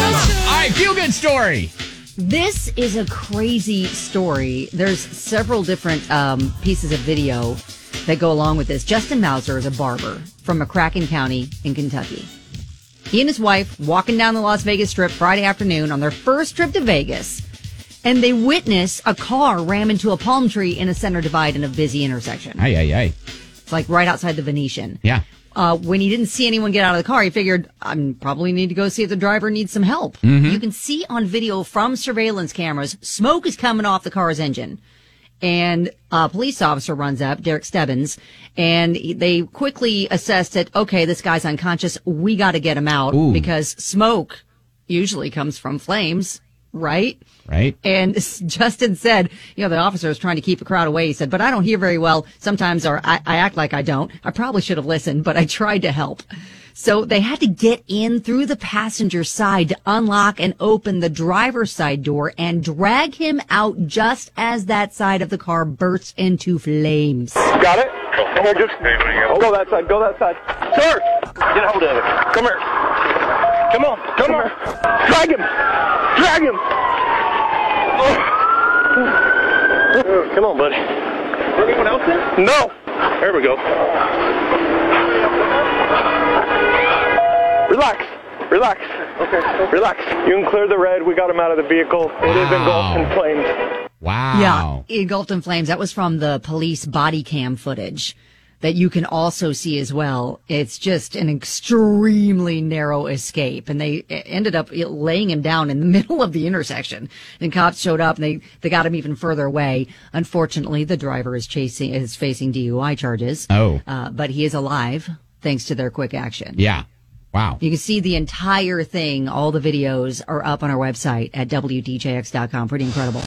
right, feel good story. This is a crazy story. There's several different um, pieces of video that go along with this. Justin Mauser is a barber from McCracken County in Kentucky. He and his wife walking down the Las Vegas Strip Friday afternoon on their first trip to Vegas, and they witness a car ram into a palm tree in a center divide in a busy intersection. Aye, aye, aye. It's like right outside the Venetian. Yeah. Uh, when he didn't see anyone get out of the car, he figured, I probably need to go see if the driver needs some help. You can see on video from surveillance cameras, smoke is coming off the car's engine. And a police officer runs up, Derek Stebbins, and he- they quickly assessed that, okay, this guy's unconscious. We got to get him out because smoke usually comes from flames, right? Right? And Justin said, you know, the officer was trying to keep a crowd away. He said, but I don't hear very well sometimes, or I, I act like I don't. I probably should have listened, but I tried to help. So they had to get in through the passenger side to unlock and open the driver's side door and drag him out just as that side of the car bursts into flames. Got it? Come here, just go that side, go that side. Sir! Get hold of it. Come here. Come on, come, on. Drag him! Drag him! Oh. Come on, buddy. Anyone else in? No! There we go. Relax. Relax. Okay. Relax. You can clear the red. We got him out of the vehicle. It is engulfed in flames. Wow. Yeah, engulfed in flames. That was from the police body cam footage that you can also see as well. It's just an extremely narrow escape, and they e-, ended up laying him down in the middle of the intersection. And cops showed up, and they they got him even further away. Unfortunately, the driver is chasing is facing DUI charges. Oh. uh, but he is alive thanks to their quick action. Yeah. Wow. You can see the entire thing. All the videos are up on our website at wdjx.com. Pretty incredible.